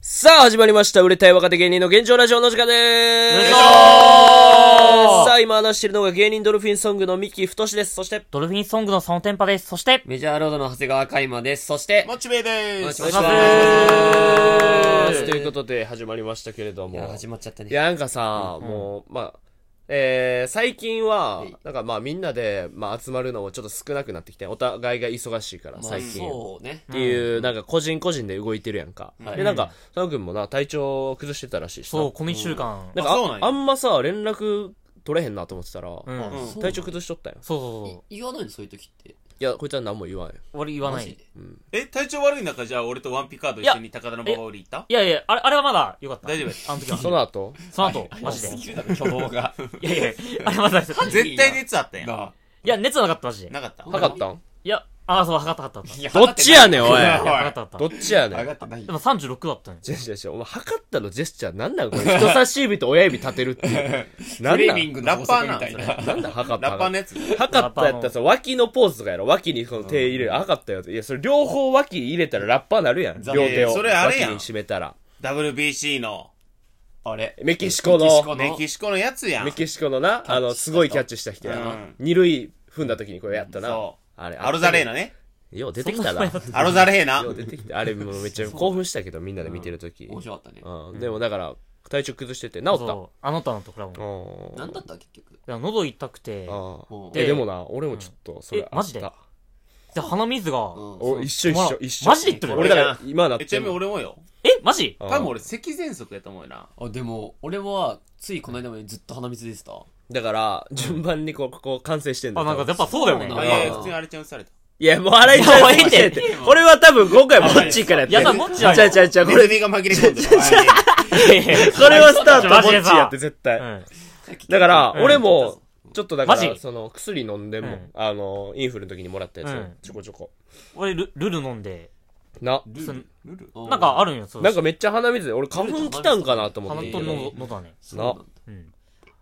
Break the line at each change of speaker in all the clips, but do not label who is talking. さあ、始まりました。売れたい若手芸人の現状ラジオの時間でーす。
よいしょー
さあ、今話しているのが芸人ドルフィンソングの三木太志です。そして、
ドルフィンソングのそのテンパです。そして、
メジャーロードの長谷川海馬です。そして、
モッチベイでーす。
お願いし
ま
ます
ということで始まりましたけれど
いや、
も。
始まっちゃった
い
ね。
や、なんかさ、もう、まあ、えー、最近は、なんかまあみんなで、まあ集まるのもちょっと少なくなってきて、お互いが忙しいから、最近。
そうね
っ。ていう、なんか個人個人で動いてるやんか。
はい
で、なんか、佐野くんもな、体調崩してたらしいしさ
そう、この一週間。
なん
あそうなん
かあ、
や
あんまさ、連絡取れへんなと思ってたら、
うん。
うん
そう
体調崩しとったよ。
そうそう。
言わないの、そういう時って。
いや、こいつは何も言わんよ。
俺言わな
マ
い。
ジ
い
で
え、体調悪い中、じゃあ俺とワンピカード一緒に高田の馬場売り行った
やいや、あれ、あれはまだ良かった。
大丈夫
あの時は。
その後、
その後、マジで。い
で。虚望が。
やいや、あれまだ。い
絶対熱あったやん。
な
や、熱なかった、マジで。
なかった
測ったん
いや、ああ、そう、測った、測った。測っ
どっちやねん、おい。
た。いや測った、測
ど
っ
っちやね
上
ん
が。ってない
た。で。も36だったね。
違う違う違う。お前、測ったのジェスチャーなんなんこれ。人差し指と親指立てるっていう。なんなん
グ
ラッパーなん
法則みたいな。
なんなん測った
ラッパーのやつ
測ったやったらさ、脇のポーズとかやろ脇にこの手入れる。測ったやつ。いや、それ両方脇入れたらラッパーなるやん。両手を。
それあれやん
脇に締めたら。
WBC の、あれ、
メキシコ
メキシコ
の、
の
メキシコのやつやん
メ。キシコのな、あの、すごいキャッチした人や
う。
なん二塁踏んだ時にこれやったな
そ。う。
あれ。
アロザレーナね。
よう出てきたな。よ
アロザレーナ
う。出てきた。あれもうめっちゃ興奮したけど、みんなで見てる時。
面白かったね。
うん。でもだから、体調崩してて、治った。
そう、あのたのとこれはも
う
う。い
ん
なんだった結局。
や、喉痛くて、
あ
うん
あ。え、でもな、俺もちょっと、それ
え
あ
マ
っ
ジで
た。
で、鼻水が、
うん。
お、一緒一
まあ
緒、一緒。
マジで言ってる
俺だから、今なっ
え、ちな
て
みに俺もよ。
え、マジ
うん
多分俺、咳喘息やと思うよな。
あ、でも、俺は、ついこの間までずっと鼻水出てた。
だから、順番にこう、こう、完成してんだ
あ、
よ。
なんかやっぱ
多分
そうだよね。
そう
あ
なん
い
だ
やい
い
や、普通にあれちゃんされた。
いや、もう洗いちゃ
もう
う
ええって
て。俺は多分今回もっちからやって
や
る。
だもっちだよ
ちゃうちゃうちゃう、こ
ネ
れ
ズ、ミが紛れ込んで る。
やいやいや
これはスタート
マ
も
ジで
っ
さ
ちやって、絶対
う。ん。
だから、
うん
俺も、ちょっとだか
マ
ら、
ジ
その、薬飲んでも
うん、
あの、インフルの時にもらったやつ
う
を
ん、
ちょこちょこ。
俺、ルルル飲んで、
な、
その
ルル
なんかあ
る。
るんよ、そう。
なんかめっちゃ鼻水で、俺花粉来たんかなと思っ
鼻
て。
との喉だね。
そうなんだ
うん。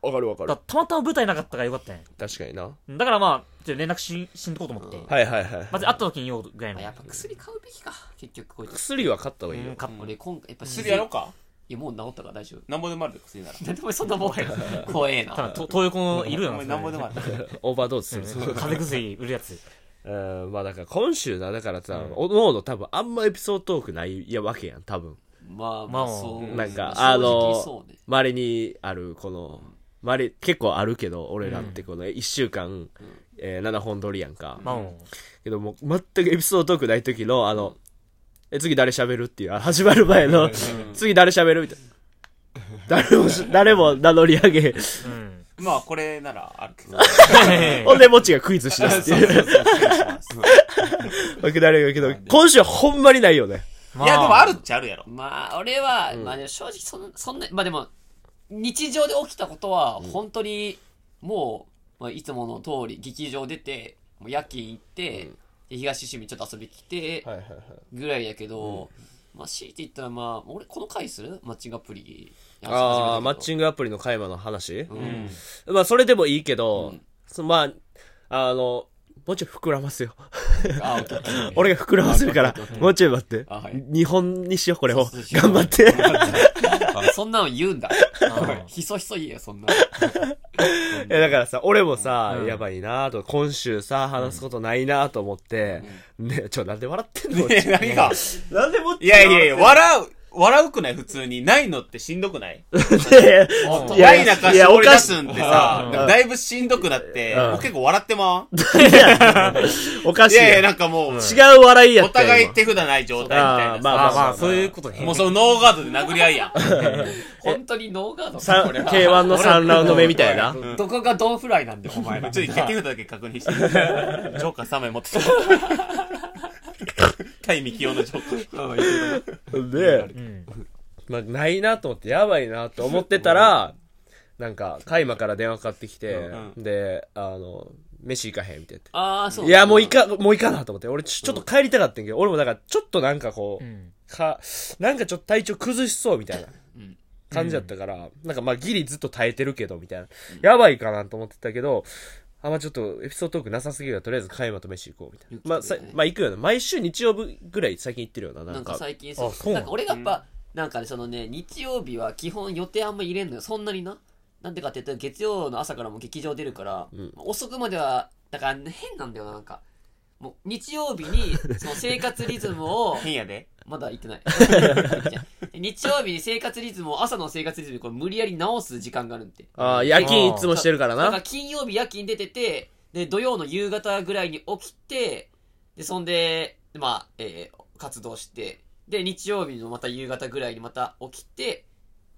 わかるわか
だ
る。
たまたま舞台なかったからよかったね。
確かにな。
だからまあ、ちょっと連絡し、しんとこうと思って。
はいはいはい。
まず会った時に言おうぐらいの。
あやっぱ薬買うべきか。結局、こいつ。
薬は買った方がいい
うん、
よ。
かっこいい。
俺、今回、やっぱ
薬 やろう
い
か
や、もう治ったから大丈夫。
なんぼでもあるで薬なら。
なんでお前そんなもんや。怖え
ただ、
な。
と東横のいるよ
お
な。
前なんぼでもある。
オーバードーズす
うん
る。
風邪薬売るやつ。
うん、まあだから今週な、だからさ、おのおの多分あんまエピソードトークないやわけやん、多分。
まあ、ま
まあ
あ、そう。
なんか、
ま
あ
正直
の
そうね。、
稀にある、この、稀、結構あるけど、俺らってこの1週間、えー7本撮りやんか。
まあも
けどもう、全くエピソードトークない時の、あの、え、次誰喋るっていう、あ始まる前の、次誰喋るみたいな。誰もし、誰も名乗り上げ、
う、 うん。
まあ、これならあるけど。
ほんで、もちがクイズしだすっていう。 わけだれやけど、今週はほんまにないよね。
ま
いや、でもあるっちゃあるやろ。
まあ、俺は、まあでも正直そん、そんな、まあでも、日常で起きたことは、本当に、もう、まあ、いつもの通り、劇場出て、もう夜勤行って、で東市民ちょっと遊び来て、
いはいはい。
ぐらいやけど、まあ、強いて言ったら、まあ、俺、この回するマッチングアプリ。
ああ、マッ
ン
チングアプリの会話の話、
グ。うん。
まあ、それでもいいけど、そまあ、あの、もうちょい膨らますよ。
あー、オッケーオッ ケー
俺が膨らませるから、もうちょい待って
あは。い
日本にしよう、これを
そう。そう
頑張って。
あそんなの言うんだ。
ー
ひそひそ言えよ、そんな
えだからさ、俺もさ、
うん
やばいなと、今週さ、話すことないなと思って、ね、ちょ、なんで笑ってんの
ね何が
なんでも
いやいやいや、笑う、笑うくない普通に。ないのってしんどくない
い
な
や
い中
いや、お
絞り出
かし
すんって
う
さ
ん、
だいぶしんどくなって、
うん
僕結構笑ってまう
おかし
い
いやん。
やいや、なんかもう、
違う笑いや
お
ったよ
互い
今
手札ない状態みた
あーまあ
まあ
いな
ま
まあ
あ、そういうことね。
もうそのノーガードで殴り合いやん。
本当にノーガード
さ
これは
K1 の3ラウンド目みたいな。
どこがドンフライなんだよ、お前ら。
ちょっと手札だけ確認して。ジ ョーカー3枚持ってた。対ミキオのジョーカー。
で、
うん。
まあ、ないなと思って、やばいなと思ってたら、なんか、カイマから電話かかってきて、
う
で、あの、飯行かへんみたいな。
ああ、そう。
いや、もう行か、もう行かなと思って。俺ち、ちょっと帰りたかったんやけど、俺もだから、ちょっとなんかこう、
うん。
か、なんかちょっと体調崩しそうみたいな
うん
感じだったから、なんかまあギリずっと耐えてるけど、みたいな。やばいかなと思ってたけど、あんまちょっとエピソードトークなさすぎるから、とりあえずカイマと飯行こう、みたいな。まあ、さまあ行くよな。毎週日曜日ぐらい最近行ってるよな、な
なんん
か
か。最近そう
あそう
な
な
んんか俺がやっぱ、なんかね、そのね、日曜日は基本予定あんま入れんのよ。そんなにな。なんでかって言ったら月曜の朝からもう劇場出るから、
ん
遅くまでは、だからね変なんだよな、なんか。もう日曜日に、その生活リズム を、
変やで。
まだ行ってない。 日曜日に生活リズムを、朝の生活リズムにこれ無理やり直す時間があるんで。
ああ、夜勤いつもしてるから
だから
な。
金曜日夜勤出てて、で、土曜の夕方ぐらいに起きて、で、そんで、まあ、えー活動して、で、日曜日のまた夕方ぐらいにまた起きて、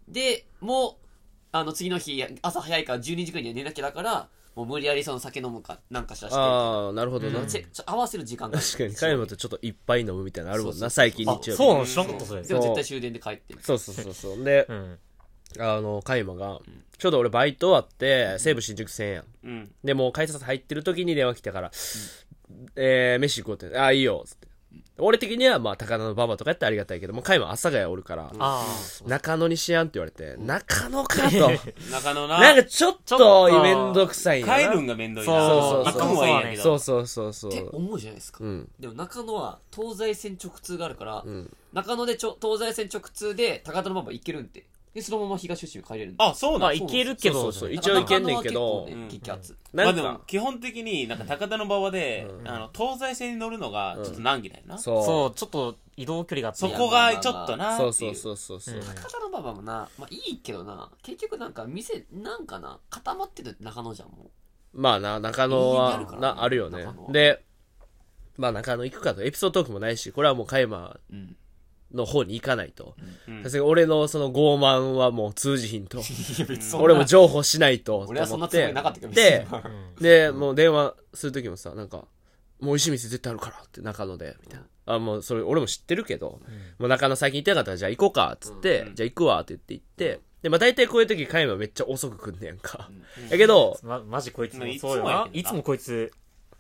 で、もう、あの、次の日、朝早いから12時ぐらいには寝なきゃだから、もう無理やりその酒飲むか、なんかしらして、
ああ、なるほどな。
ちょちょ合わせる時間がある
確かに、加山とちょっといっぱい飲むみたいなのあるもん
そうそう
な、最近
あ
日曜日。
そうなの知らんかったそれ
でも絶対終電で帰ってる。
そうそうそうそう。で
う、ん
あの、加山が、ちょうど俺バイト終わって、西武新宿線やん。
うん。
で、もう改札入ってる時に電話来たから、えー、飯行こうって。ああ、いいよ。つって。俺的には、まあ、高田の馬場とかやったらありがたいけども、加山朝ヶ谷おるから、
あ
中野にしやんって言われて、中野かと。
中野な。
なんかちょっ
ちょっ
と、
と
めんどくさいんやな
帰るんがめんどいな。
そうそうそう
行くんはいいんやけど。
そうそうそうそ
って
う。
思うじゃないですか、
うん
でも中野は東西線直通があるから、中野でちょ東西線直通で高田の馬場行けるんででそのまま東州帰れるんで
あ、そう
あま
な
あ
ん
いけるけど
そうそうそう
じゃ
一応行けんねんけど
中野は結構ね激アツ
ま
な
あ
ん
でも
か、
基本的になんか高田の馬場で、あの、東西線に乗るのがちょっと難儀だよな。そ
ない
そ
そうちょっと移動距離があって
こがちょっと
う。
な。
そうそう
う。
そうそうそう。
高田の馬場もなまあいいけどな結局なんか店なんかな固まってるって中野じゃんも
まあな、中野
人気ある
は
か、らね
な、あるよね
中野。は
で、まあ中野行くかと。エピソードトークもないし、これはもう加山
う、うん、
の方に行かないと。
うん
さすがに俺のその傲慢はもう通じひんと。
いや別 にそんな
俺も譲歩しないと。
俺はそんなつもりなかったけど
で、
う ん
で、もう電話するときもさ、なんか、もう美味しい店絶対あるからって中野で、みたいな。あ、もうそれ俺も知ってるけど、もう中野最近行ってなかったから、じゃあ行こうか、っつって、じゃあ行くわ、って言って行って、で、まあ大体こういう時、カイマめっちゃ遅く来んねやんか。やけど、
まマジこいつも
いつも
そうよ
や
な
けどない
つもこいつ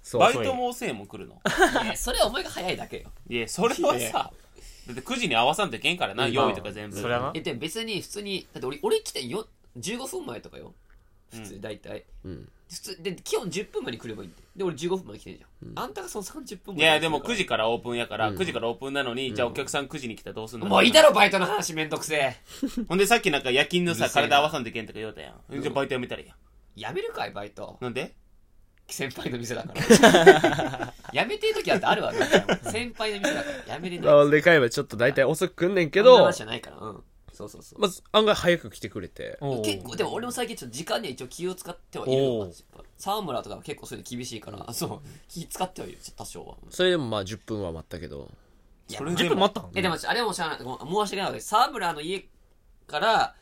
そう
バイトも遅いもん来るの。
い やそれはお前が早いだけよ
いや、それは さ、だって9時に合わさんといけんからな、用意とか全部。
それはな
えでも別に普通にだって俺俺来てよ15分前とかよ普通大体、
うん
普通で基本10分前に来ればいいんでで俺15分前に来てんじゃん、あんたがその30分
い
前
や、でも9時からオープンやから、9時からオープンなのに、じゃあお客さん9時に来たらどうすんの
もういいだろバイトの話めんどくせえ
ほんでさっきなんか夜勤の
う
さ、
るせえな
体合わさんといけんとか言うたやん。じゃあバイトやめたらいいやん。
やめるかいバイト
なんで
先輩の店だから やめてる時だってあるわけ先輩の店だからやめれない
あでかいはちょっと大体遅く来んねんけ
そんな
ど
話、じゃないからうんそうそうそう
まず案外早く来てくれて、
おう
結構でも俺も最近ちょっと時間には一応気を使ってはいるの
お
か
う
な沢村とかは結構そういうの厳しいからあそう気使ってはいる多少は
それでもまあ10分は待ったけど、
いや
それで
10分
も
待ったの
えでもあれはもう知らないごめん申し訳ないけど沢村の家から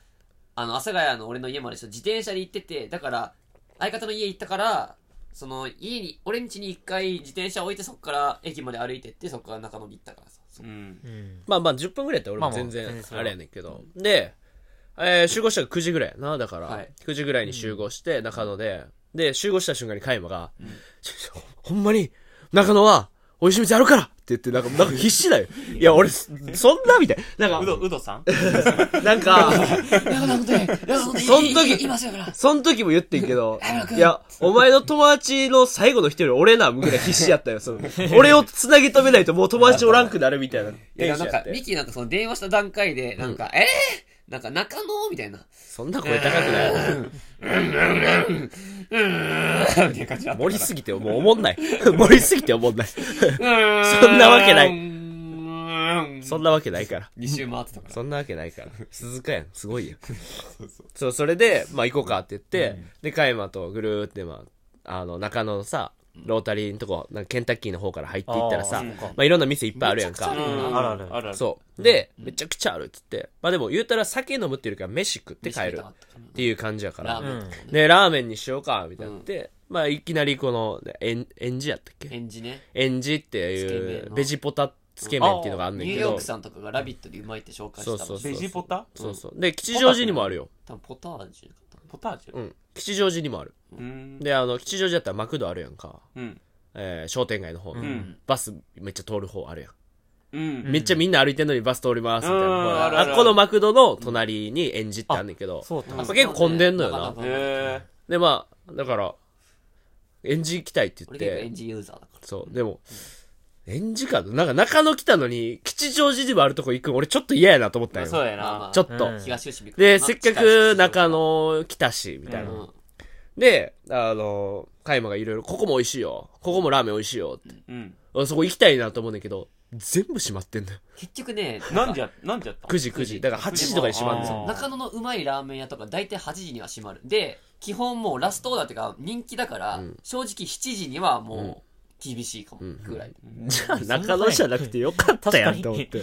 あの阿佐ヶ谷の俺の家までちょっと自転車で行っててだから相方の家行ったからその家に俺ん家に一回自転車置いてそこから駅まで歩いてってそこから中野に行ったからさ
うん。
うん
まあまあ10分ぐらいやって俺も全
まあまあ
然
全然
あれやねんけど、で、えー集合したら9時ぐらいやな、だから、
はい
9時ぐらいに集合して中野で、で、集合した瞬間にカイマが、ちょちょほんまに中野は美味しい店あるからって言って、なんか、なんか必死だよ。いや、俺、そんなみたい。なん
うど、
か、
うどさん
なんか、
中野で中野で
そん時
いますよから
その時も言ってんけ ど、いや、お前の友達の最後の一人俺な、ぐらい必死やったよ。そ の俺を繋ぎ止めないともう友達おらんくなるみたいな。
いやなん
テ
か
ンションや
ミ
って
キなんかその電話した段階でなんか、えー、なんか中野みたいな
そんな声高くない。
みたいな感じだった
盛りすぎてもう思んない。 盛りすぎて思んない。 そ
そ
んなわけないう
2
そんなわけないから。
周回ってたから
そんなわけないから。鈴鹿やん。すごいやん。 そう、それで、まあ行こうかって言って、で、加山とぐるーって、まあ、あの、中野のさ、ロータリーのとこ、なんかケンタッキーの方から入っていったら
あ
さ、
ーそう
まあいろんな店いっぱいあるやんか。
めちゃくちゃあるよ
ん
あ
あるある
あるある。
そう。で、めちゃくちゃあるっつって。まあでも言うたら酒飲むっていうよりかは飯食って帰るっていう感じやから。
ラーメンとかね
で、ラーメンにしようか、みたいになって、まあいきなりこの、えん、えんじやったっけ
返事ね
えんじって
つけ
い
麺
う、
の
ベジポタつけ麺っていうのがあんねん
ニュー
け
ヨー
ど
ク。さんとかが「ラビット!」でうまいって紹介した
そうそうそう
多
ベジポタ
そうそう。で、吉祥寺にもあるよ。
分ポタージュだ
ポタージ
う
ュ
ん。吉祥寺にもある。
うん。
で、あの、吉祥寺だったらマクドあるやんか。
うん。
えー商店街の方の
ん
バスめっちゃ通る方あるやん。
うん。
めっちゃみんな歩いてんのにバス通りますみたいな
うん
ほら
あるある
あっこのマクドの隣にエンジってあんねんけど。
そうだった
やっぱ結構混んでんのよな
かか
へえ。
でまあだからエンジ行きたいって言っ
俺結構エ
て
ンジユーザーだから
そうでも演じかなんか中野来たのに、吉祥寺でもあるとこ行くん俺ちょっと嫌やなと思った
ま
ん
あ
よ。
そうや
まあま
な
あ。
ちょっと。
うん。
東吉見
で、せっかく中野来たし、みたいな。
うん
で、あの、カイマがいろいろ、ここも美味しいよ。ここもラーメン美味しいよって。
うん。
俺そこ行きたいなと思うんだけど、全部閉まってんだよ。
結局ね
なんじゃ、なんじゃった
9時9時。だから8時とかに閉まるんですよ。
あー
中野のうまいラーメン屋とか大体8時には閉まるで基本もうラストオーダーっていうか人気だから、正直7時にはもう厳しいかもぐらい、
じゃあ中野じゃなくてよかったやんと思って。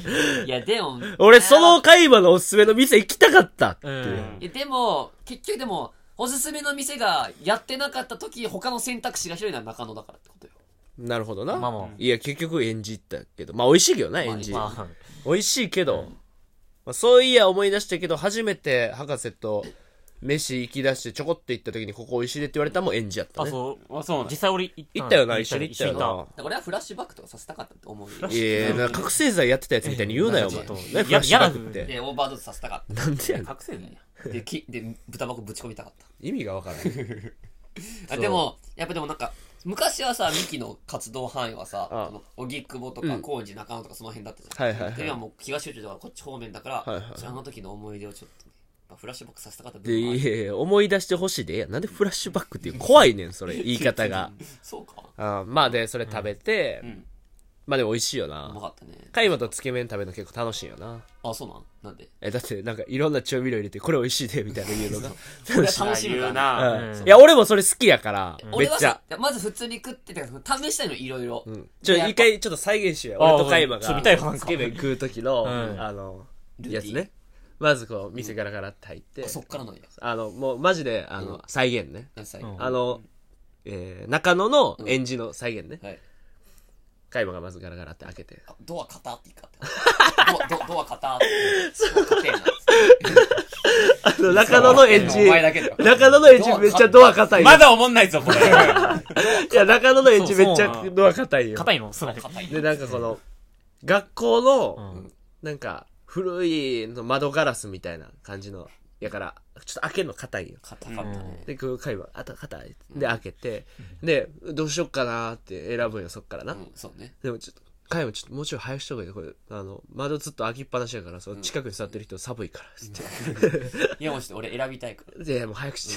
いやでも
俺その
い
海馬のおすすめの店行きたかったっていううん
やでも結局でもおすすめの店がやってなかった時他の選択肢が広いのは中野だからってことよ
なるほどな。
まあまあ
いや、結局演じたけど。まあ美味しいけどな、演じ。
まあ、
美味しいけど、まあ、そういや思い出したけど初めて博士と飯行き出してちょこって行った時にここ美味しいでって言われたのもエンジやった
あ、
ね
そう。
あ、そうなん
実際俺行った
行
の
ったよな一緒に行った
一緒
よ
に
だから俺はフラッシュバックとかさせたかったと思うよ
ないやなんか覚醒剤やってたやつみたいに言うなよお前
なんかちょっと
ね
や
フラッシュバックっ
や
て
でオーバードーズさせたかっ
なんでやねん
覚醒剤
たできで豚箱ぶち込みたかった
意味がわからない
あでもやっぱでもなんか昔はさミキの活動範囲はさ
あ
その荻窪とか高円寺中野とかその辺だったじゃん、
はいはいはい
で今もう東九州とかこっち方面だから、
はいはい
あの時の思い出をちょっとね、まあフラッシュバックさせたかった部
で
分もある
いやいや思い出してほしいでええやんなんでフラッシュバックっていう怖いねんそれ言い方が
そうか
あまあでそれ食べて、
ん
まあでも美味しいよ
うま
な
かったね
海馬とつけ麺食べるの結構楽しいよな
あそうなんなんで
えだってなんかいろんな調味料入れてこれ美味しいでみたいな言うのが
俺は楽しむ
言
か
う
ら、ね、
な。
うん
うん
いや、俺もそれ好きやから、め
俺
っ
は
ちゃ
さ。まず普通に食ってたから試したいのいろいろ
ちょ、
やっぱ
一回ちょっと再現しようよ。
あ
俺とカイマ
ちょっと
が、
見たいわなんか
つけ麺食う時の、
ん
あの、
ルーティ
や
ン
つね。まずこう、店ガラガラって入って、
そっからなんや
あの、もうマジで、あの、再現ね。
何歳、
う ん
あの、えー中野の演じの再現ね。
はい
カイマがまずガラガラって開け て。
あドア硬って言い方ドアドドア硬ってドア硬えな
あの、中野の演じ
お、前だけだよ
中野の演じめっちゃドア硬いよ。
まだ思んないぞ、これ。
いや、中野の演じめっち
そうそう
ゃ
な
ドア硬いよ。
硬いのすごい。
硬い
で、なんかこの、学校の、
うん
なんか、古いの窓ガラスみたいな感じの、やから、ちょっと開けるの硬いよ。
硬かったね、
で、こう、会話、あた、硬い。で、開けて、で、どうしよっかなーって選ぶんよ、そっからな。
うん、そうね
でもちょっと、会話ちょっともうちょい早くした方がいいよこれ、あの、窓ずっと開きっぱなしやから、その近くに座ってる人寒いから、つって。
いやもうちょっと俺選びたいから
で、もう早くし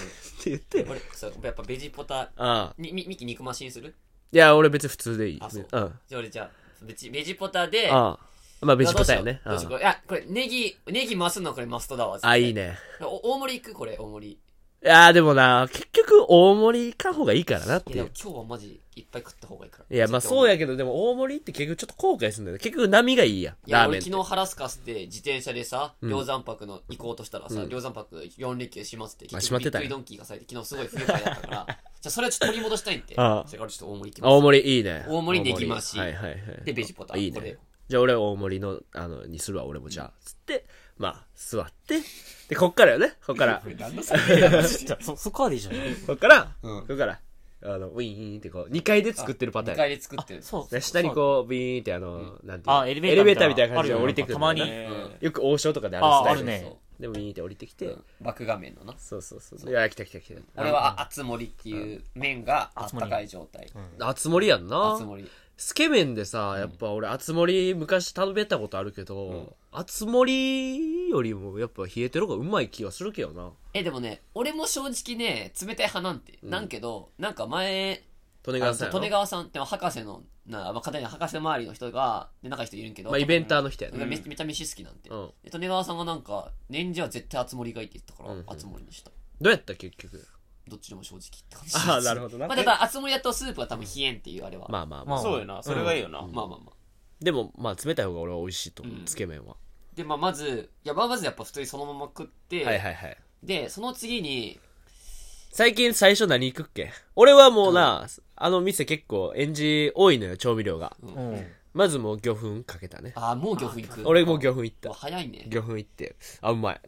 て、って言って。
俺そうやっぱベジポタ
ああ。
にみミキ肉マシンする
いや、俺別に普通でいい。。
あそうん
あ
じゃあ俺じゃあベジベジポタで
あ。まあ、ベジポタやね。
どうしようどうしようこれいやこれネギネギ増すのこれマストだわ
ああ、いいね。
お大盛りいくこれ大盛り
いやーでもな、結局大盛りか方がいいからなって
いや
い
でも
う。
今日はマジいっぱい食った方がいいから
いや、まあそうや
い
けど、でも大盛りって結局ちょっと後悔するんだよね。結局波がいいやん。ラ
や
ーメン
俺
って。
昨日腹すかせて自転車でさ
ん
梁山泊の行こうとしたらさ梁山泊4連休閉まってて
あ
結
閉まっ
局
て
びっく
た
りドンキーがされて昨日すごい不愉快だったからじゃあそれはちょっと取り戻したいんで
ああ
それからちょっと大盛りいきま
大
す
盛りいいね。
大盛りネギ増
大盛
し
りはいはいはい。
でベジポタ
いい
これ
ね。じゃあ俺は大盛りの、あの、にするわ、俺もじゃあ。つって、まあ、座って。で、こっからよね。こっから。
何の
じゃあそ、そこはでいいじゃん。
こっから、こっから、あの、ウィーンってこう、2階で作ってるパタ
2
ーン。
階で作ってる
そう。
で下にこう、ビーンってあの、なんていうの
あ、エレベ
エレベー
ー
タ
タ
ーみ
ーみ
た
た
い
い
な感じ
な。
で
あるよ
降りてくるんだよね。
たまに
うん
よく王将とかであるス
あ
タイ
あ
ル
る
で
ね
そう
で、ウィーンって降りてきて、
バック画面のな
そうそうそう。いや、来た来た来た。
俺はあつ森っていう麺があったかい状態
あつ森やんな。
あつ森
つけ麺でさ、やっぱ俺、厚盛り昔食べたことあるけど、厚盛りよりもやっぱ冷えてる方がうまい気がするけどな。
えでもね俺も正直ね冷たい派なんて、なんけどなんか前
利根川
あの
さんや
利
ろ
根川さんって博士のな、まあ、片に博士周りの人がで仲いい人いるんけど、
まあ、イベンターの人やね。
めめちゃ飯好きなんて、
うん
で利根川さんがなんか年次は絶対熱盛がいいって言ったか
う
ら、
んうん
熱盛にした
どうやった結局。
どっちでも正直って感じ
ああ、なるほどな
まあ、。ただ熱盛だとスープが多分冷えんっていうあれは、ま
まあまあま
ま
あ。
あ
そうよな。それがいいよ
あ、
な。
まあまあまあ
でも、まあ、冷たい方が俺は美味しいと
う
思
ん
う。つけ麺は。
で、まあ、まずいやまあまずやっぱ普通にそのまま食って、
はいはいはい。
でその次に
最近最初何行くっけ俺はもうな、あの店結構、エンジ多いのよ、調味料が。
うん。
まずもう魚粉かけたね。
ああもう魚粉行く
俺もう魚粉いっ
う
た
わ。早いね
魚粉いって。あ、うまい。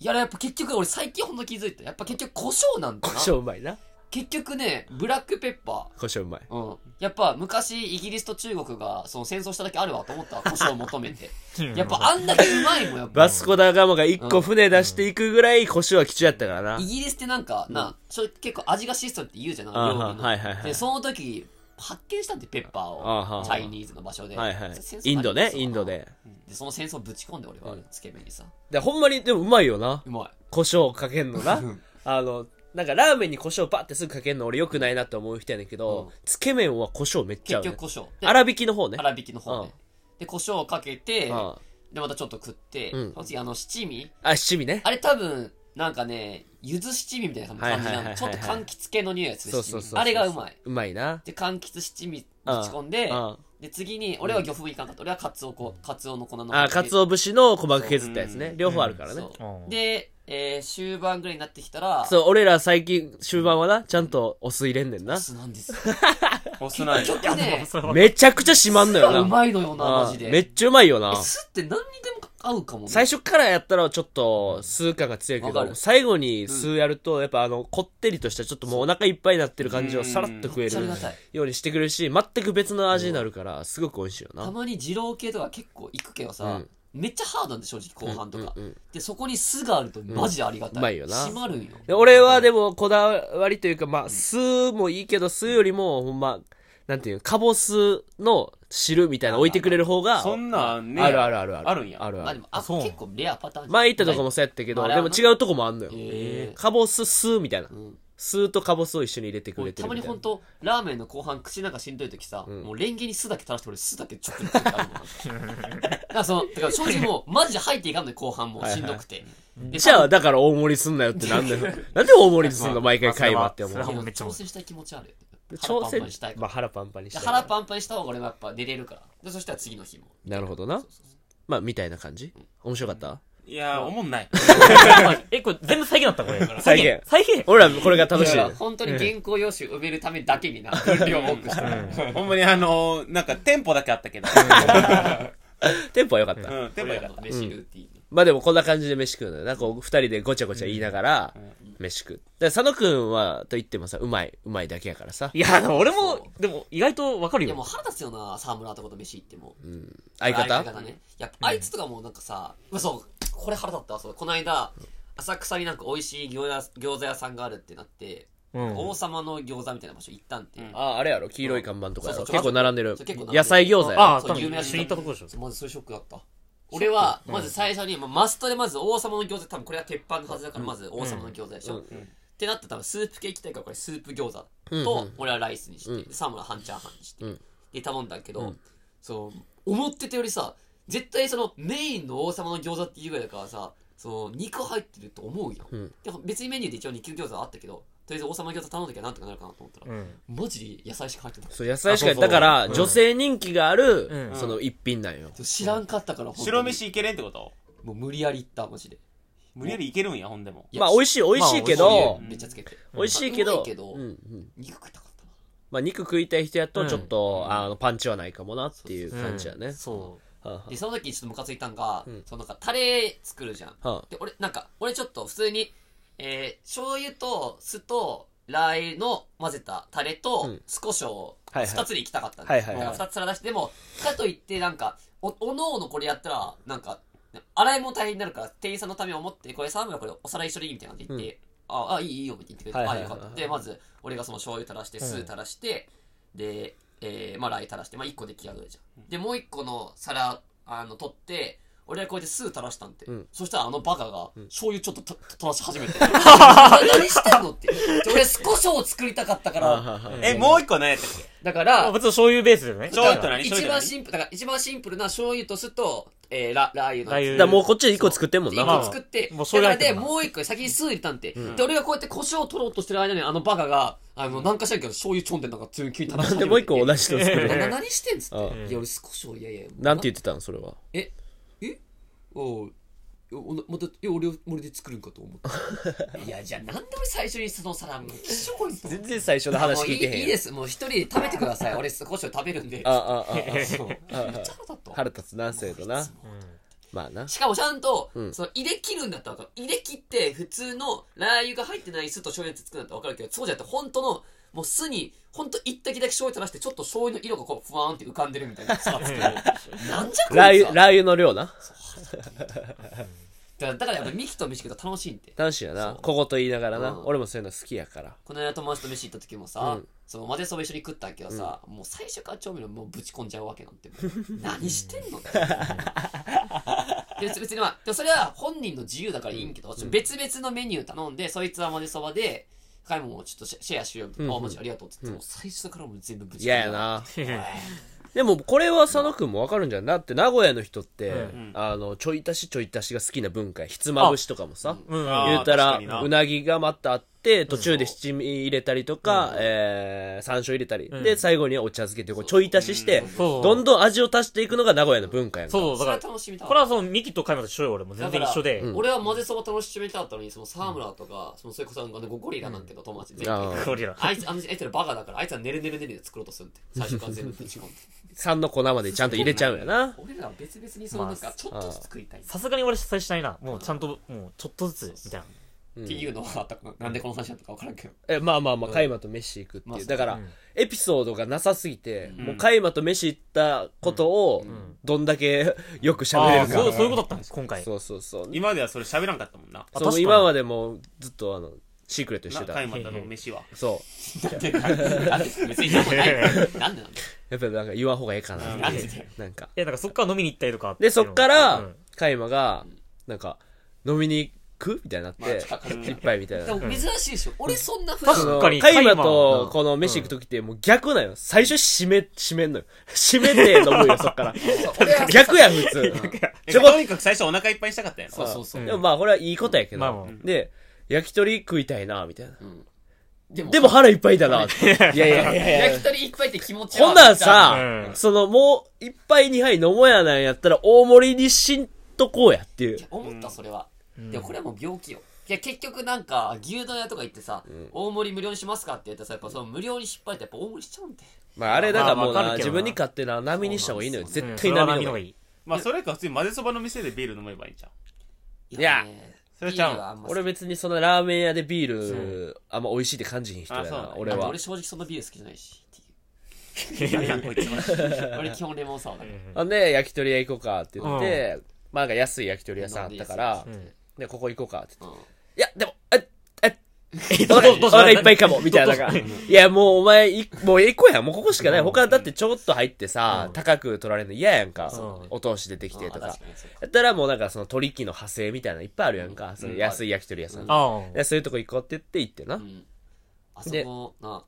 いややっぱ結局俺最近ほんと気づいたやっぱ結局胡椒なんだ
胡
な
椒うまいな。
結局ねブラックペッパー
胡椒うまい。
うん、やっぱ昔イギリスと中国がその戦争しただけあるわと思ったわ胡椒を求めてやっぱあんだけうまいもんやっぱ
バスコダガマが一個船出していくぐらい胡椒は貴重やったからな
イ。ギリスってなんか、なそう結構味が質素って言うじゃんなん
あー
か料
は
理の、
はいはいはい
でその時発見したんで、ペッパーを。
あはは
チャイニーズの場所で。
はいはい
戦争
インドね
そう
インドで
で、その戦争ぶち込んで、俺は、つけ麺にさ。
でほんまにでもうまいよな
うまい。
胡椒かけんの なあのなんかラーメンに胡椒バッてすぐかけんの俺よくないなって思う人やねんけど、
うん
つけ麺は胡椒めっちゃ合
結
う、ね
局、、胡椒。で
粗挽きの方ね
粗引きの方
うん
ね。で、胡椒をかけて、
あ
で、またちょっと食って、
うん
その次、あの、七味。
あ七味ね
あれ多分、なんかね、柚子七味みたいな感じ
はいはい
な
はいは
の。
い
ちょっと柑橘系の匂いやつ
そうそ
で
うそう
す
そう
あれがうまい。
うまいな
で、柑橘七味ぶち込んで、
あ
で、次に、俺は魚粉いかんかった。俺はカツオこ、カツオの粉の。
あかつお節の細かく削ったやつね両方あるからね、
そう
うん
で、えー終盤ぐらいになってきたら、
そう、俺ら最近終盤はな、ちゃんとお酢入れんねんな
お。酢なんですよ。
お酢なんや
結局ね、酢
めちゃくちゃ締まんの
が
よ
う
な。
まいのよな、
あ
マジ
ー
で。
めっちゃうまいよな
え。酢って何にでも合うかもね。
最初からやったらちょっと酢感が強いけ
わか
ど、
る
最後に酢やると、やっぱあの、こってりとしたちょっともうお腹いっぱいになってる感じをさらっと食
め
え
っちゃあ
る
りがたい。
ようにしてくれるし、全く別の味になるから、すごく美味しいよ
た
な。
まに二郎系とか結構行くけどさ、
うん
めっちゃハードなんで正直後半とか、
うんうんうん
でそこに酢があるとマジでありがたい、
うんうまいよな
締まるんよ
で俺はでもこだわりというか、まあ、酢もいいけど、酢よりもほんま、なんていうのかぼすの汁みたいなの置いてくれる方が、
そんなんね
あるあるあるある。
あるんや
あるある
まあでもあ
そう
結構レアパターン
前行ったとこもそうやったけど、
はい
でも違うとこもあんのよ。
え
カボス、酢みたいな。
ん
酢とカボスを一緒に入れてくれて
た
る
ま
み
に
たいな。
本当ラーメンの後半口なんかしんどい時さ、もうレンゲに酢だけ垂らして俺酢だけちょっと食べてあるもん なんかそのだから正直もうマジで入っていかんのよ後半もしんどくて、で
じゃあ、だから大盛りすんなよってなんだよ。 なんで大盛りにすんの毎回会話って思
それは
う。
もうめっちゃ
挑
思う
戦したい気持ちあるよ腹
挑
パンパ
戦
ンにしたい、から
まあ腹パンパンにし
で
たい。
腹パンパンにした方が俺もやっぱ寝れるからでそしたら次の日も
なるほどな。まあ、みたいな感じ面白かった
いやーおもんない
え、これ全部再現だったこれ。
再現
再現
俺らこれが楽しい
だ。から本当に原稿用紙を埋めるためだけにな、分量を多くした。
ほんまにあのー、なんかテンポだけあったけど。
テンポは良かった。
うん、テンポ
俺
やか
ら
った
の。飯ルーティン。
まあでもこんな感じで飯食うのよな。こう、二人でごちゃごちゃ言いながら、飯食う。で、佐野くんは、と言ってもさ、うまい、うまいだけやからさ
い。や、でも俺も、でも意外とわかる
いやもう
よ。
腹立つよな、沢村とこと飯行っても。
相方
ね。やっぱあいつとかもうなんかさ、うわそう、これ腹立ったわそう。この間、浅草になんか美味しい餃子餃子屋さんがあるってなって、
うん
王様の餃子みたいな場所行ったんて。
うん
あ、あれやろ黄色い看板とかやろ
そうそう
結構並んでる
そう結構並ん。でる
野菜餃子やろ
ああ、
そう
多分
有名な
一緒に行ったとこでしょ。
まずそういうショックだった。俺は、まず最初に、まあ、マストでまず王様の餃子、多分これは鉄板のはずだから、まず王様の餃子でしょ。ってなったら多分スープ系行きたいから、これスープ餃子と、俺はライスにして、でサムラ半チャーハンにして、で頼んだけど、そう、思ってたよりさ、絶対そのメインの王様の餃子っていうぐらいだからさ、その肉入ってると思うやん。
ん
でも別にメニューで一応肉餃子はあったけど、とりあえず王様の餃子頼んだけどなんとかなるかなと思ったら、
うん
マジで野菜しか入ってない。
そう、野菜しか
あそうそ
だ
う
から、
うん
女性人気がある、
うん
その一品なんよ。
知らんかったから、本当に
白飯いけれんってこと
もう無理やり行った、マジで。
無理やりいけるんや、ほんでも。
まあ、美味しい、美味しいけど、
めっちゃつけて。
美味しいけ
まあうま
ど、
けど
うんうん
肉食いたかったな。
まあ、肉食いたい人や
う
と、
ん
ちょっと、あの、パンチはないかもなっていう感じやね。
そ
はあは
で、その時にちょっとムカついたんが、そのなんかタレ作るじゃん。
あは
で、俺、なんか、俺ちょっと普通に、えー、醤油と酢とラー油の混ぜたタレ
う
と
ん、
酢胡椒を
はいはい
2つでいきたかったん
は
で
いはいはい
2つ皿出して、でも、かといってなんか、お、おのおのこれやったら、なんか、洗い物大変になるから、店員さんのためを思って、これサーブがこれお皿一緒でいいみたいな感じで言って、あ、あ、いいいいよって言ってくれて、
はいはいはい
あ、よかった。で、まず、俺がその醤油垂らして、酢垂らして、で、えー、まあ、ラー油垂らして、まあ、1個出来上がるじゃん。で、もう1個の皿、あの、取って、俺はこうやって酢垂らしたんて。
ん
そしたらあのバカが、醤油ちょっとた垂らし始め て。何してんのって。俺、少しを作りたかったか
あはあ
ら、
はあ
え、もう一個何やったっけ
だか
う。
ら
あ、、別に醤油ベースだよね。
醤油と何醤
一
油
番
と
シンプル、だから一番シンプルな醤油と酢と、えー、ララー油のやつ
ラー油
だからもうこっちで一個作ってんもん
一
な。
ま
個
あ
作って、
もうそれ入
だ
っ
か
て
ら
る
で、
な
もう一個先に酢入れたんて、で、俺がこうやって胡椒を取ろうとしてる間に、あのバカが、あの、なんかしらんけど、醤油ちょんでなんか急に急に垂ら
な
し始
ん
め
で
て。
もう一個同じの作
なな
る。
何してんつって。
う
いや、俺少しを、いやいや。
なんて言ってたのそれは。
ええおうおおまたえ俺を俺で作るんかと思って いやじゃあなんで俺最初にその皿もうきしょこいと思って
然最初の
もういいいいですもう一人で食べてくださ い俺少しを食べるんで
ああ、ああ、
そうめっちゃ腹立った
腹立つな、そういうのな。まあな。
しかもちゃんと、その入れ切るんだったら分かる入れ切って普通のラー油が入ってない酢と醤油のやつ作るんだったら分かるけどそうじゃなくて本当のもう酢に本当一滴だけ醤油垂らしてちょっと醤油の色がこうふわーんって浮かんでる みたいな皿作るなんじゃこいつは
ラー油、ラー油の量な。
だからやっぱミキと飯食うと楽しいんで。
楽しいやな
そう
ここと言いながらな、
うん
俺もそういうの好きやから
この間友達と飯行った時もさ、
うん
その混ぜそば一緒に食ったけどさ、もう最初から調味料もうぶち込んじゃうわけなんてもう何してんのって別別にまあでもそれは本人の自由だからいいんけど、ちょ別々のメニュー頼んでそいつは混ぜそばで買い物をちょっとシェシェアしようみたいな、
うん
あマジありがとうって言って、もう最初からもう全部ぶち込ん
嫌やなでもこれは佐野くんもわかるんじゃないだって名古屋の人って、あのちょい足しちょい足しが好きな文化やひつまぶしとかもさ、
うん。
あー
言うた
確
ら
かにな
うなぎがまたあって途中で七味入れたりとか、えー山椒入れたり、
ん
で最後にはお茶漬けってこうちょい足しして、
そう
どんどん味を足していくのが名古屋の文化やんか
そう、
そ
だ
れ
か
は
ら、
楽しみだわ
これはその、ミキとカイマと一緒よ、俺も。全然一緒で。
だから俺は混ぜそば楽しみたかったのにその沢村とか、その末子さんがねゴリラなんての友達全員
あー
ゴリラ。
あいつ、あのあいつらバカだから、あいつらねるねるねるで作ろうとするんで、最初から全部ぶち込んで。
3の粉までちゃんと入れちゃうんやな
俺らは別々にそのなん
ま
か
あ、
ちょっとずつ作りたいっ
さすがに俺主催しないな。もうちゃんと、もうちょっとずつ、みたいな。
ていうのはあったかな。なんでこの話だったか分からんけど。
えまあまあまあカイマと飯行くっていう、
まあそう
だから、
うん
エピソードがなさすぎて、もうカイマと飯行ったことをどんだけ よく喋れ
あ
る
あ、
か、
そうそういうことだったんです、今回。
そうそうそう
今まではそれ喋らんかったもんな。
あ
そ
確か
う
に
今までもずっとあのシークレットして
な、
た
カイマの飯は。
そう
なんでなんでなんで別になんもないなんでなんで
やっぱなんか言わん方がええかな
な
っ
ん
て
で
なんか
いや、なんかそっから飲みに行ったりとかて
で
いうの
そ
も。
っから、
うん
カイマがなんか飲みに行くみたいになって、
まあ近かった
一杯みたいな
でも珍しいでしょ。俺そんなふ
そ
確
の
かに
カイマ
カイマは
とこの飯行く時ってもう逆なんよ。最初締め、締めんのよ。 締めて飲むよ、そっから。逆や、普通。
えとにかく最初お腹いっぱいしたかったやん。
そうそうそうう。
んでもまあ、これはいいことやけ
まあ
ど
まあ。
で、焼き鳥食いたいな、みたいな。
でも
でも腹いっぱいだな、って。いやいやいやいや。
焼き鳥いっぱいって気持ちは
こんなん
う
さ、
ん
そのもう、一杯二杯飲もうやなんやったら大盛りにしんとこうやっていう
いや。思った、それは。でもこれはもう病気よ。いや、結局なんか、牛丼屋とか行ってさ、大盛り無料にしますかって言ったらさ、やっぱその無料に引っ張れてやっぱ大盛りしちゃうんで。
まあ、あれだからもう
まあわ
な、
かるけ
自
どな
分に勝手な波にした方がいいのよ。
そう
絶
うんそ
対
れは
波
波
の
の
方が
方が
いい。
いい。
まあ、それか普通に混ぜそばの店でビール飲めばいいんじゃん。
い
や
ね
それちゃう
ビールはあんま
俺別にそのラーメン屋でビール、あんま美味しいって感じひん人や
あそうなん
な
だ、
俺
あと
は
俺。正直そんなビール好きじゃないしっていう
いやいや、こいつ。
俺基本レモンサワーだから
ほんで、焼き鳥屋行こうかって言って、まあなんか安い焼き鳥屋さんあったから
う、ん
で、ここ行こうかって言って。
うん
いや、でも、え、え、
ど
お
う
腹
どうど
お
うした
腹いっぱい かも、みたいな。なんかいや、もうお前、いもう行こうや。もうここしかない。他だってちょっと入ってさ、高く取られるの嫌やんか
そう。
お通しでできてと
あ
か
確。にそうか
やったらもうなんかその鳥貴の派生みたいなのいっぱいあるやんか。その安い焼き鳥屋さん。
あ
でそういうとこ行こうって言って行ってな
う。んあそ
で
こな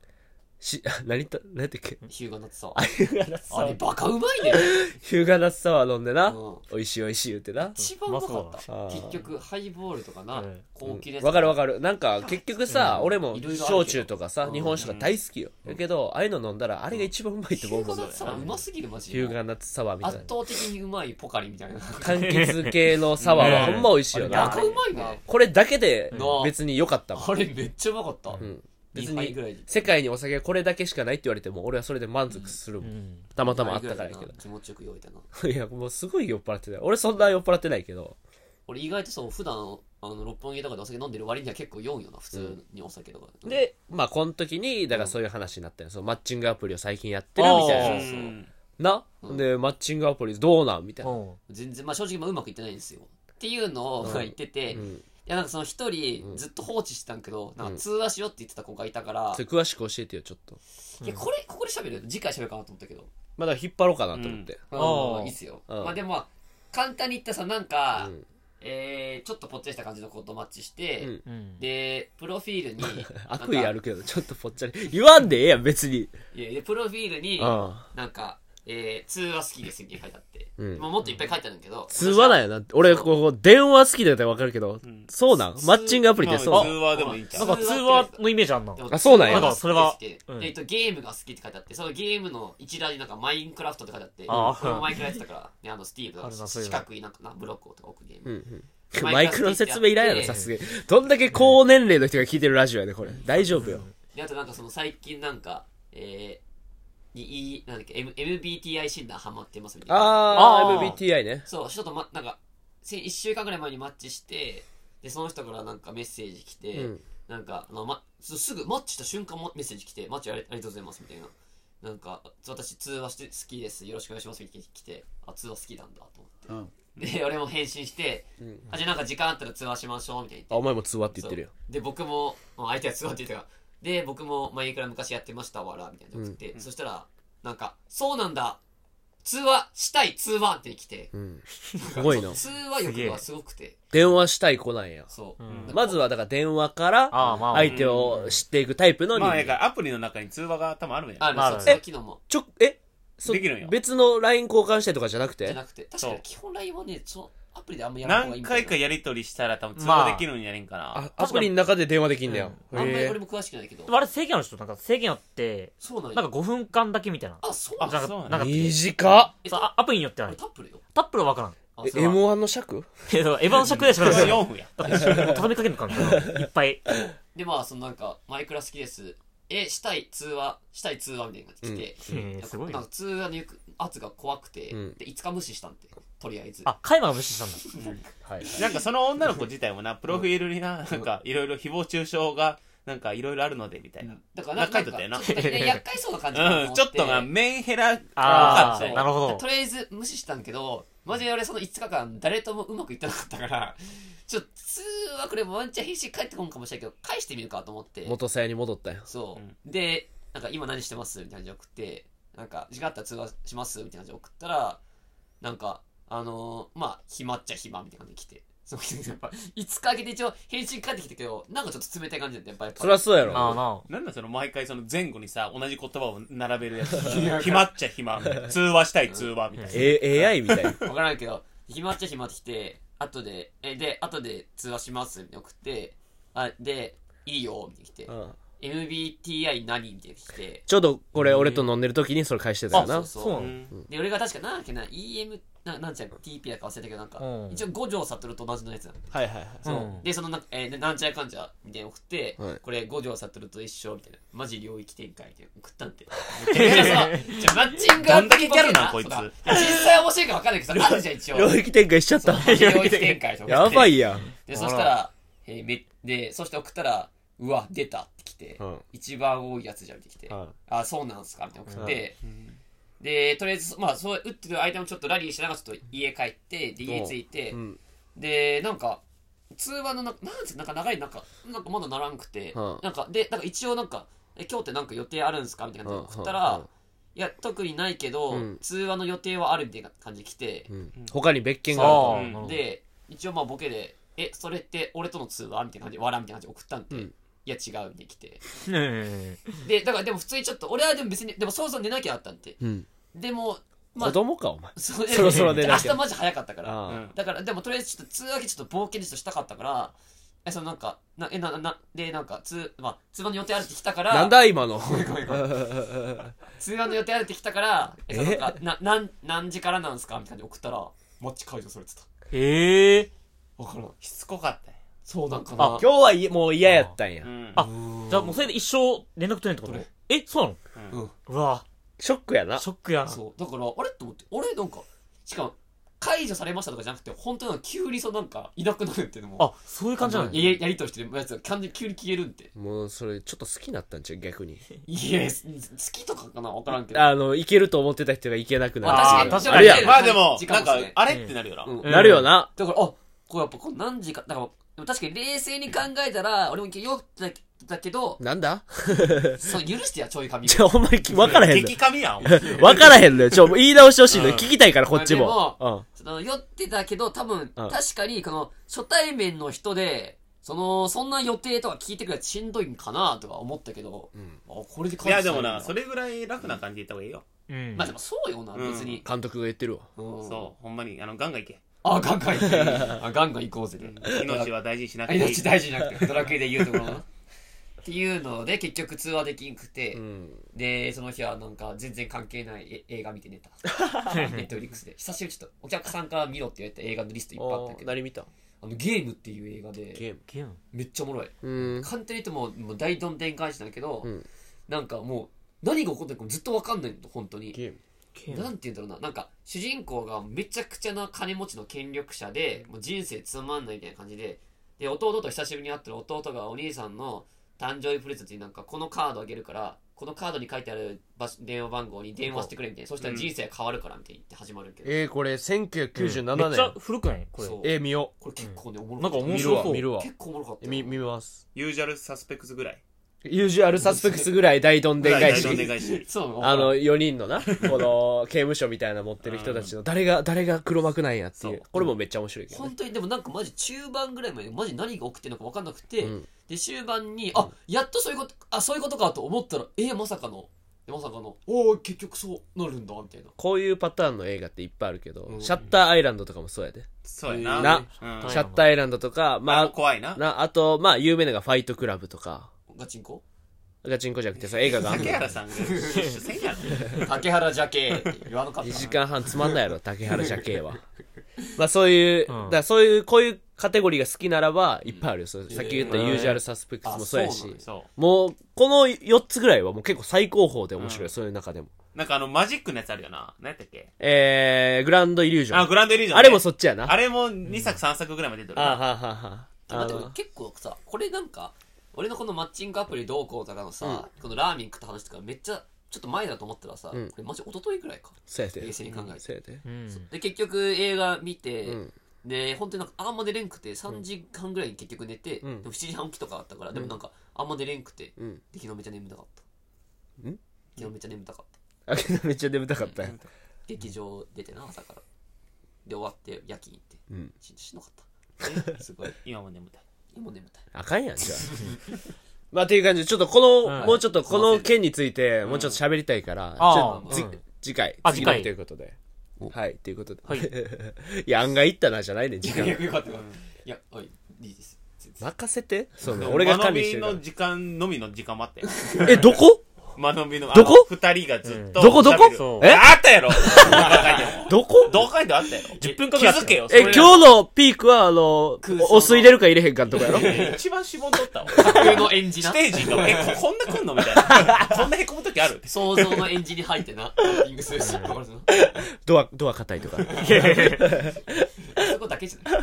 し、 何と、何やったっけ
ヒューガナッツサワーあれバカうまいね
ヒューガナッツサワー飲んでな
うん。
美味しい美味しい言ってな。
一番うまかっ
うま
た
そう
結局ハイボールとかな
うん
高級で
わかるわ
か
かる。なんか、結局さ、俺も
いろいろあるけど
焼酎とかさ、
うん
日本酒とか大好きよ。だけど、ああいうの飲んだら、あれが一番うまいって
ヒ
思
ュ
う
ーガ
もんだ
ナッ
よ
ツサワーうますぎるマジ
ヒューガ
で
ナッツサワーみたい
圧
な。
倒的にうまいポカリみたいな
柑橘系のサワーはほんま美味しいよ
バ
な
カ。うまいね
これだけで
なあ
別に良かったもん。
あれめっちゃうまかった
ん別
2杯ぐらい
に
で
世界にお酒はこれだけしかないって言われても俺はそれで満足するもん。
ん。
たまたまあったからやけ
二杯ぐいでな気持ちよく酔えたな
ど。いや、もうすごい酔っ払ってたよ。俺そんな酔っ払ってないけど。
俺意外とそう普段あの六本木とかでお酒飲んでる割には結構酔うよな普通にお酒とか
で、まあこの時に、だからそういう話になったよ。そのマッチングアプリを最近やってるみた
う
い
ん
うん
な。な。で、マッチングアプリどうなんみたいな。
うん。
全然まあ正直まあうまくいってないんですよっていうのをまあ言ってて、
うん
いやなんかその一人ずっと放置してたんけど、なんか通話しようって言ってた子がいたから
そ、れ詳しく教えてよ、ちょっと。
いやこれここで喋る次回喋るかなと思ったけど、
まあだから引っ張ろうかなと思って。
ああ
うんいいっすよ、
うん
まあでもまあ簡単に言ったらさなんか、
うん
えー、ちょっとぽっちゃりした感じの子とマッチして、
うん
うん。
でプロフィールに
悪意あ
る
るけど、ちょっとぽっちゃり。言わんでええやん、別に。
いやいやプロフィールに
うん。
なんか、えー、通話好きですみたいに書いてあって、
うん
まあ、もっといっぱい書いてあるんだけど
通話なんやな。俺、こう、電話好きだったらわかるけど、そうなんマッチングアプリって
まあ
そう
通
なん
話でもいいんちゃ
なん
う
か通話のイメージあんな。
あそうなんや
でも
それは
で
うん
えっと、ゲームが好きって書いてあって、そのゲームの一覧になんかマインクラフトって書いてあって、
あー
これもマイクラやってたから、ね、あの、スティーブ
あ
が
るなそうい
四
うの
角いなんかな、ブロックをとか置くゲーム。
うん マイクロの説明いらんやろ、さすがに。どんだけ高年齢の人が聞いてるラジオやね、これ。大丈夫よ。
で、あとなんかその最近なんか、えー、いい、なんだっけ、M、MBTI 診断ハマってますみたいな。
あー、
あー
MBTI ね。
そう、ちょっとま、なんか、せ一週間ぐらい前にマッチして、で、その人からなんかメッセージ来て、
うん
なんか、あの、ま、すすぐマッチした瞬間もメッセージ来て、マッチありありがとうございますみたいな。なんか、私通話して好きです、よろしくお願いしますみたいに来て、あ、通話好きなんだと思って。で、俺も返信して、
ん
あ、じゃあなんか時間あったら通話しましょう、みたいな
あお前も通話って言ってるよ
で、僕も、もう相手は通話って言ってたから、で、僕も、前から昔やってましたわら、みたいなの送って、そしたら、なんか、そうなんだ通話したい通話って来て、
うんすごいな
通話欲がすごくて、
電話したい子なんや
そう。
ん
まずはだから電話から
ああ、まあ、
相手を知っていくタイプの人
まあ、だか
間
らアプリの中に通話が多分あるんや。
ある、
まあ
そう
ね
通話機能も。
ちょえそ
できるんよ
別の LINE 交換したりとかじゃなく
じ
て
ゃなくて、確かに基本 LINE はね、そのアプリであんまやらない方がい
何
いみたい
回
な
かやり取りしたら多分通話できるんじゃねえんかな。
あアプリの中で電話できんだよ
あんまり
へ
俺
え
も詳しくないけど
で。もあれ制限ある人なんか制限あって、
そうなん
な
や
んか5分間だけみたいな。
あ、そうな
なんん
だ。
か、
そうなん
な
だ
んか、
短っ
え、
そう
あ、
あアプリによっては
あれ
ね
タップルよ。
タップルはわからん。
あ
え
それは
M1 の尺
けど、エヴァの尺でしか
それ
な。
は
だ
い4分や。
って畳みかけるのかないっぱい。
で、まあ、そのなんか、マイクラ好きです。え、したい通話、したい通話みたいな感じで来て、
へえすごい
なん
よ
か。通話の行く圧が怖くて、
うん
で、5日無視したんで、とりあえず。
あ、カイマが無視したんだ。
はい
なんかその女の子自体もな、プロフィールにな、なんかいろいろ誹謗中傷が、なんかいろいろあるので、みたいな。
だからなんか、
仲良かったよな
ちょっとね厄介そうな感じだ
うん、ちょっとな、
な
メンヘラ、
あ
かった
あ、
よ
なるほど
と。りあえず無視したんけど、マジで俺その5日間、誰ともうまくいってなかったから、ちょっと通話これワンチャン返信返ってこんかもしれんけど、返してみるかと思って。
元さやに戻ったよ
そう、
うん
でなんか今何してますみたいな感じで送ってなんか時間あったら通話しますみたいな感じで送ったらなんかあのーまあ暇っちゃ暇みたいな感じで来てそのやっぱ5日あげて一応返信返ってきたけどなんかちょっと冷たい感じだったやっぱやっぱ
そりゃそうやろ
ああ、な
なんだその毎回その前後にさ、同じ言葉を並べるやつ。暇っちゃ暇。通話したい通話、みたいな。
A- AI みたいな
分からんけど暇っちゃ暇って来て後でえで後で通話しますみたいな送ってあでいいよみたいな来て
うん
MBTI 何みたいな来て
ちょうどこれ俺と飲んでる時にそれ返してたよ
そ
な
うそう
そうなの
ん
で俺が確かなんだっけな EM ななんちゃら TP だか忘れたけどなんか、
うん
一応五条悟と同じのやつなの
はいはいはい
そう、
うん
でそのなんか、えーでなんちゃらかんちゃらみたいなの送って、
はい
これ五条悟と一緒みたいなマジ領域展開みたいなの送ったんていやそうじゃあマッチングアプリっぽい
どんだけギャルなんこいつ
そうだ実際面白いか分かんないけどそれマジじゃん 一応
領域展開しちゃった
マジ領域展開とか
やばいやん
でそしたら、えーめでそして送ったらうわ出たってきて、
うん
一番多いやつじゃんってきて、
うん
あそうなんすかみたいな送って、でとりあえずまあそう打ってる間もちょっとラリーしながらちょっと家帰ってで家着いて、
うん
でなんか通話のななんつうなんか長いなんかなんかまだならんくて、
うん
なんかでなんか一応なんかえ今日ってなんか予定あるんすかみたいな感じで送ったら、
うんうん
いや特にないけど、
うん
通話の予定はあるみたいな感じで来て、
うん他に別件があ
あ
う
あ、
ん
なるほど。
で一応まあボケで「えそれって俺との通話?」みたいな感じで「笑みたいな感じで送ったんで、
うん
いや違う」って来て
ね
でだからでも普通にちょっと俺はでも別にでもそろそろ寝なきゃあったんで
るうん
でもま
子
あ
供かお前
そ
そろそろ寝
明
なきゃ
日マジ早かったから
う
あ
ん
だからでもとりあえずちょっと通話でちょっと冒険でちょっとしたかったからえそのなんかなえなななでなんか通,、まあ、通話の予定あるって来たか
あ
ら
なんだ今の
通話の予定あるって来たからえその
え
なんかななん何時からなんすかみたいな感じで送ったらマッチ解除されてた
ええ。
分からん
しつこかったよ。
そうなんか
今
な
日はいもう嫌やったんや
うん
あ、じゃあもうそれで一生連絡取れんってことえ、そうなの
うん
うわ
ショックやな
ショックやな。
そうだからあれと思ってあれなんかしかも解除されましたとかじゃなくて本当になんか急にそのなんかいなくなるっていうのも
あ、そういう感じなの
ややりとりしてるやつが完全に急に消えるんって
もうそれちょっと好きになったんちゃう逆に
いやす好きとかかな分からんけど
あのいけると思ってた人がいけなくなる
あ
あ
ー確
あ
か
れ
に
や
確かに
まあでも
時、間
な
も
ん
です
か
ね、
あれってなるよな。
うん
うん
なるよな
だからあこれやっぱこう何時かだからでも確かに冷静に考えたら俺もよだだ けど
なんだ
そう許してやちょい髪
じゃあお前分からへんの
激髪やん、お前
分からへんのよちょ言い直してほしいのよ
うん
聞きたいからこっちも
ま
うん
その酔ってたけど多分、
うん
確かにこの初対面の人でそのそんな予定とか聞いてくるやつしんどいんかなとか思ったけど、
ん
あこれで
い
解
や
決さ
で
れる
も
んだ
な、それぐらい楽な感じで言った方がいいよ。
うん
ま あでもそうよな、
うん
別に、
監督が言ってるわ
うん
そう、ほんまに、あの、ガンガンいけ。
あガンガン行くあガンガン行こうぜで
命は大事にしなく
あ
ていい。
命大事じゃなくてドラクエで言うところのっていうので結局通話できんくて、
うん
でその日はなんか全然関係ないえ映画見て寝たネットフリックスで久しぶりにちょっとお客さんから見ろって言われた映画のリストいっぱいあったけど
何見た
あのゲームっていう映画で
ゲーム
ゲーム
めっちゃおもろい
うん
簡単に言ってももう大どんでん返しなんだけど、
うん
なんかもう何が起こってるかもずっと分かんないの本当に
ゲーム
ゲーム
なんて言うんだろうななんか主人公がめちゃくちゃな金持ちの権力者でもう人生つまんないみたいな感じでで弟と久しぶりに会ったら弟がお兄さんの誕生日プレゼントになんかこのカードあげるからこのカードに書いてある場所電話番号に電話してくれみたいなそしたら人生変わるからみたいに言って始まるけど、
えー、これ1997
めっ
年
ちゃ古くないこれ
そう
えー、見よ
これ結構ね、おも
ん
ろ
なんか
う
面
見
白
る
そ
わ
う
見るわ
結構おもろかったよ
見見ます
ユージャルサスペクスぐらい。
ユージュアルサスペクスぐらい大どんでん返
大どんでん
し
返し。
そう
あの4人のなこの刑務所みたいなの持ってる人たちの誰が誰が黒幕なんやっていう
そう
これもめっちゃ面白いけどね
本当にでもなんかマジ中盤ぐらいまでマジ何が起きてるのか分かんなくて、
うん
で終盤にあやっとそういうことあそういうことかと思ったらえまさかのでまさかのおお結局そうなるんだみたいな
こういうパターンの映画っていっぱいあるけど、
うん
シャッターアイランドとかもそうやで、
そうやな。
な
うん
はい
シャッターアイランドとかま
まあ、
あ
怖いな。
なあとまあ有名なのがファイトクラブとか
ガチ ンコ
ガチンコじゃなくてさ映画があんの
竹原さんが出せんやろ。
竹原ジャケー言わなかった
2
な
時間半つまんないやろ竹原社系はまあそういう、
うん
だからそういうこういうカテゴリーが好きならばいっぱいあるよ、そうさっき言った
えー
ユージュアルサスペクス
あ
もそうやし
そうなんです
そ
もうこの4つぐらいはもう結構最高峰で面白い、
うん
そういう中でも
う。なんかあの、マジックのやつあるよな。何やったっけ
えー、グランドイリュージョン
あ、
あ,、
グランドイリュージョンね。
れもそっちやな
あれも2作3作ぐらいまで出てる
あは
な。
はは
まあ
あ
で
の
も結構さこれなんか俺のこのマッチングアプリどうこうとかのさ、このラーメン食った話とかめっちゃちょっと前だと思ったらさ、
うん
これマジ一昨日ぐらいか
そうやで
冷静に考え
う
て
んそうやで
うん
で結局映画見て、
うん
で本当になんかあんま出れんくて3時間ぐらいに結局寝て、
うん
でも7時半起きとかあったから、でもなんかあんま出れんくて、
うん
で昨日めっちゃ眠たかった
ん
昨日めっちゃ眠たかった
あけど めっちゃ眠たかったよ
劇場出てな朝からで終わって夜勤行って、
うん
ししんどかったえすごい
今も眠たい。
今眠たい
あかんやんじゃあ まあっていう感じでちょっとこの、
うん
もうちょっとこの件についてもうちょっと喋りたいから、ちょっと
あー
つ
うん
次回
あ
次
次
の
回
日ということではい ということで、、
はいい
や案外いったなじゃないね時 間
よかったよかったいやおいいいです全 然
任せてその俺が管理してるか
間延びの時間のみの時間待って。
らえどこ
間延びの、
どこ
あの二人がずっと。
どこどこ
喋る
そう
え
あったやろ
どこ
どう書いてあったやろ
10分かかる
気づけよ。
え
それ
今日のピークはあの
空想の
おお酢入れるか入れへんかとかやろ
一番絞んどったわ。
架空の演じな
ステージが、え、ここんな来んのみたいな。こんなへこむ時ある
想像の演じに入って なタイピングするしわかるぞ
ドアドア硬いとか
そこだけじゃない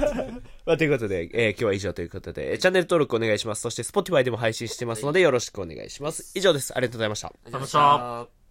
まあ、ということで、えー今日は以上ということで、えーチャンネル登録お願いします。そして、Spotify でも配信してますので、よろしくお願いします。以上です。ありがとうございました。
りがとうございまし
あ
た
りがとうございました